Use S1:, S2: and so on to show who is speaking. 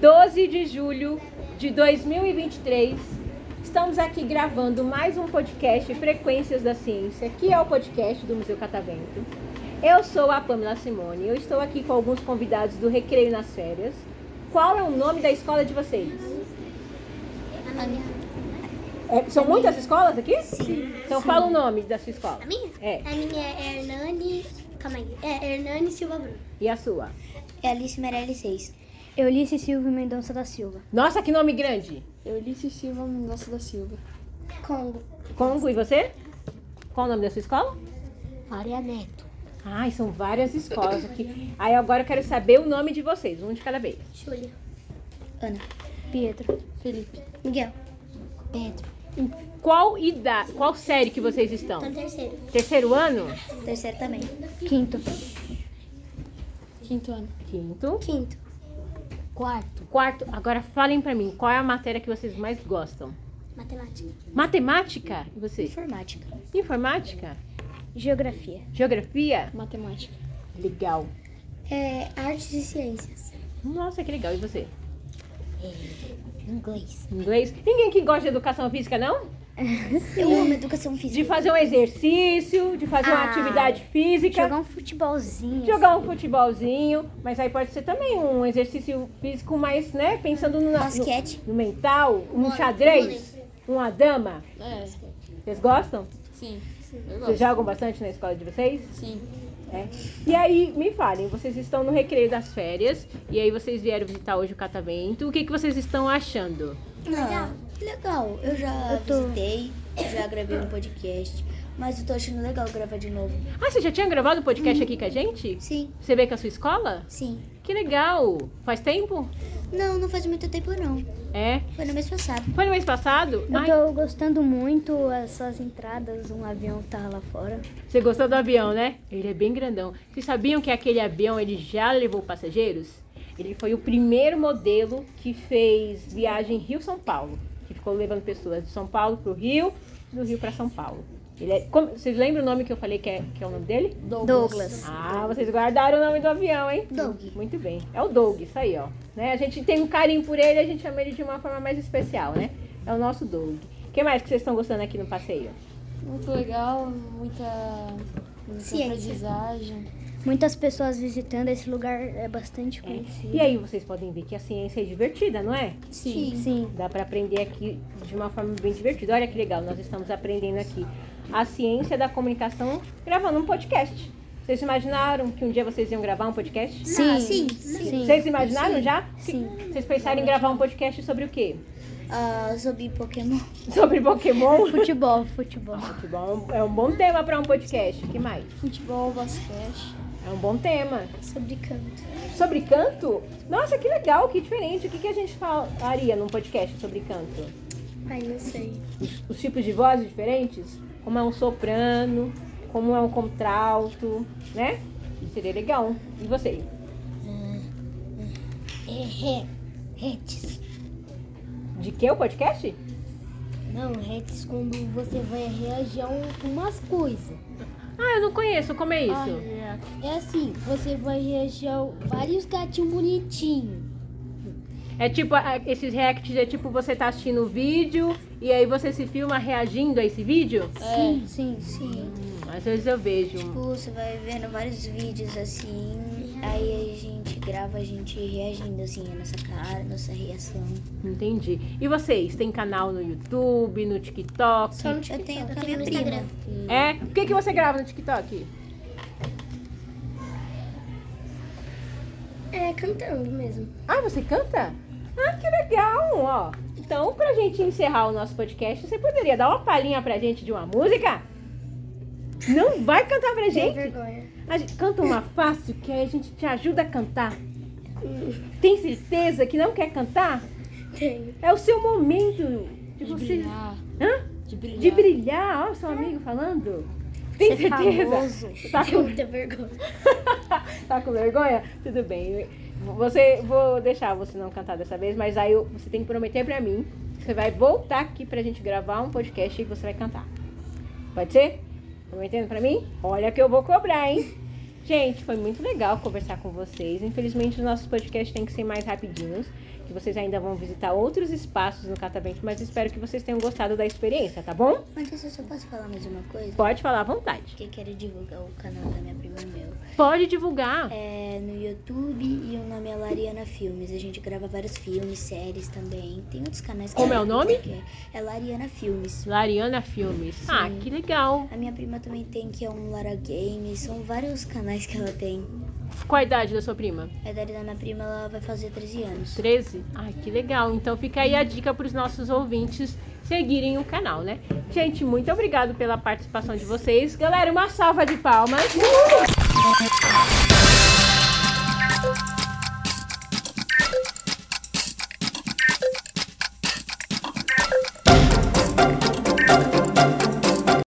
S1: 12 de julho de 2023, estamos aqui gravando mais um podcast Frequências da Ciência, que é o podcast do Museu Catavento. Eu sou a Pamela Simone, eu estou aqui com alguns convidados do Recreio nas Férias. Qual é o nome da escola de vocês?
S2: A minha.
S1: É, são muitas escolas aqui? Sim. Então fala o nome da sua escola.
S2: A minha?
S1: É.
S2: A minha é Hernani. Calma aí. É Hernani Silva Bruno.
S1: E a sua?
S2: É Alice Merelli 6.
S3: Eulice Silva Mendonça da Silva.
S1: Nossa, que nome grande!
S4: Ulisses Silva Mendonça da Silva.
S2: Congo.
S1: Congo, e você? Qual o nome da sua escola?
S2: Faria Neto.
S1: Ai, são várias escolas aqui. Aí agora eu quero saber o nome de vocês, um de cada vez.
S2: Júlia.
S3: Ana. Pedro.
S2: Miguel.
S3: Pedro.
S1: Em qual idade, qual série que vocês estão?
S2: Tá no terceiro.
S1: Terceiro ano?
S2: Terceiro também.
S3: Quinto.
S4: Quinto ano.
S1: Quinto.
S2: Quinto.
S3: Quarto.
S1: Quarto. Agora falem pra mim, qual é a matéria que vocês mais gostam?
S2: Matemática.
S1: Matemática? E vocês?
S3: Informática.
S1: Informática?
S3: Geografia.
S1: Geografia?
S4: Matemática.
S1: Legal.
S2: É artes e ciências.
S1: Nossa, que legal. E você?
S3: Inglês.
S1: Inglês? Ninguém que gosta de educação física, não?
S3: Eu amo educação
S1: De fazer um exercício, de fazer uma
S3: Ah.
S1: atividade física.
S3: Jogar um futebolzinho. assim.
S1: Jogar um futebolzinho, mas aí pode ser também um exercício físico mais, né? Pensando
S3: um
S1: no, no,
S2: Basquete.
S1: no mental, um
S2: Vôlei.
S1: xadrez, uma dama.
S4: É.
S1: Vocês gostam?
S4: Sim. Eu
S1: Vocês
S4: gosto.
S1: jogam bastante na escola de vocês?
S4: Sim.
S1: É. E aí, me falem, vocês estão no recreio das férias, e aí vocês vieram visitar hoje o catavento. O que, que vocês estão achando?
S2: Legal.
S5: Legal, eu já
S3: Eu tô-
S5: visitei, já gravei um podcast, mas eu tô achando legal gravar de novo.
S1: Ah, você já tinha gravado um podcast aqui com a gente?
S5: Sim,
S1: Você veio com a sua escola?
S5: sim.
S1: Que legal! Faz tempo?
S5: Não, não faz muito tempo não.
S1: É.
S5: Foi no mês passado.
S1: Foi no mês passado?
S3: Eu
S1: Ai,
S3: tô gostando muito essas entradas, um avião tá lá fora.
S1: Você gostou do avião, né? Ele é bem grandão. Vocês sabiam que aquele avião ele já levou passageiros? Ele foi o primeiro modelo que fez viagem Rio-São Paulo, que ficou levando pessoas de São Paulo para o Rio, do Rio para São Paulo. Ele é- como- vocês lembram o nome que eu falei que é, que é o nome dele?
S3: Douglas.
S1: Ah, vocês guardaram o nome do avião, hein?
S5: Doug.
S1: Muito bem. É o Doug, isso aí, ó. Né? A gente tem um carinho por ele, a gente chama ele de uma forma mais especial, né? É o nosso Doug. O que mais que vocês estão gostando aqui no passeio?
S4: Muito legal, muita, muita
S2: Ciência.
S4: aprendizagem.
S3: Muitas pessoas visitando esse lugar é bastante conhecido.
S1: E aí vocês podem ver que a ciência é divertida, não é?
S3: Sim. Sim.
S1: Dá para aprender aqui de uma forma bem divertida. Olha que legal, nós estamos aprendendo aqui a ciência da comunicação gravando um podcast. Vocês imaginaram que um dia vocês iam gravar um podcast?
S3: Sim.
S5: Ah, sim,
S3: Sim.
S1: Vocês imaginaram já?
S3: Sim.
S1: Vocês pensaram em gravar um podcast sobre o quê?
S5: Ah, sobre Pokémon.
S1: Sobre Pokémon?
S3: Futebol, futebol.
S1: Futebol é um bom tema para um podcast. O que mais?
S4: Futebol, basquete.
S1: É um bom tema.
S5: Sobre canto.
S1: Sobre canto? Nossa, que legal, que diferente. O que, que a gente falaria num podcast sobre canto?
S5: Ai, não sei.
S1: os, os tipos de vozes diferentes, como é um soprano, como é um contralto, né? Seria legal. E você?
S3: É re, retes.
S1: De que o podcast?
S3: Não, retes quando você vai reagir a um, umas coisas.
S1: Ah, eu não conheço. Como é
S4: Então,
S1: isso?
S3: É assim, você vai reagir a vários gatinhos bonitinhos.
S1: É tipo, a- esses reacts é tipo você tá assistindo o vídeo e aí você se filma reagindo a esse vídeo?
S5: É.
S3: Sim, sim, sim.
S1: Hum, às vezes eu vejo.
S5: Tipo, você vai vendo vários vídeos assim,
S3: Uhum.
S5: aí a gente grava a gente reagindo assim, a nossa cara, a nossa reação.
S1: Entendi. E vocês? Tem canal no YouTube, no TikTok?
S5: Eu tenho com a minha
S2: no
S5: prima.
S2: Instagram.
S1: É? O que, que você grava no TikTok?
S2: É cantando mesmo.
S1: Ah, você canta? Ah, que legal, ó. Então, pra gente encerrar o nosso podcast, você poderia dar uma palhinha pra gente de uma música? Não vai cantar pra
S2: Tem
S1: gente?
S2: vergonha.
S1: A gente canta uma fácil que aí a gente te ajuda a cantar. Tem certeza que não quer cantar?
S2: Tenho.
S1: É o seu momento de
S4: De
S1: você
S4: brilhar.
S1: Hã?
S4: De brilhar.
S1: de brilhar, ó, seu amigo falando. Tem
S5: é
S3: Ser
S1: certeza?
S3: famoso.
S1: Tá
S2: Tenho
S1: com
S2: muita vergonha.
S1: tá com vergonha? Tudo bem. Você, vou deixar você não cantar dessa vez, mas aí eu- você tem que prometer pra mim Você vai voltar aqui pra gente gravar um podcast e você vai cantar. Pode ser? Tá Prometendo pra mim? Olha que eu vou cobrar, hein? Gente, foi muito legal conversar com vocês. Infelizmente, os nossos podcasts têm que ser mais rapidinhos, que vocês ainda vão visitar outros espaços no Catavento, mas espero que vocês tenham gostado da experiência, tá bom?
S5: Antes eu só posso falar mais uma coisa?
S1: Pode falar à vontade.
S5: Que eu quero divulgar o canal da minha prima e meu.
S1: Pode divulgar.
S5: É no YouTube e o nome é Lariana Filmes. A gente grava vários filmes, séries também. Tem outros canais que
S1: Como é o nome?
S5: que é- É Lariana Filmes.
S1: Lariana Filmes. Ah, que legal.
S5: A minha prima também tem, que é um Lara Games. São vários canais que ela tem.
S1: Qual a idade da sua prima?
S5: A idade da minha prima, ela vai fazer 13 anos.
S1: 13? Ai, que legal. Então fica aí a dica para os nossos ouvintes seguirem o canal, né? Gente, muito obrigado pela participação de vocês. Galera, uma salva de palmas.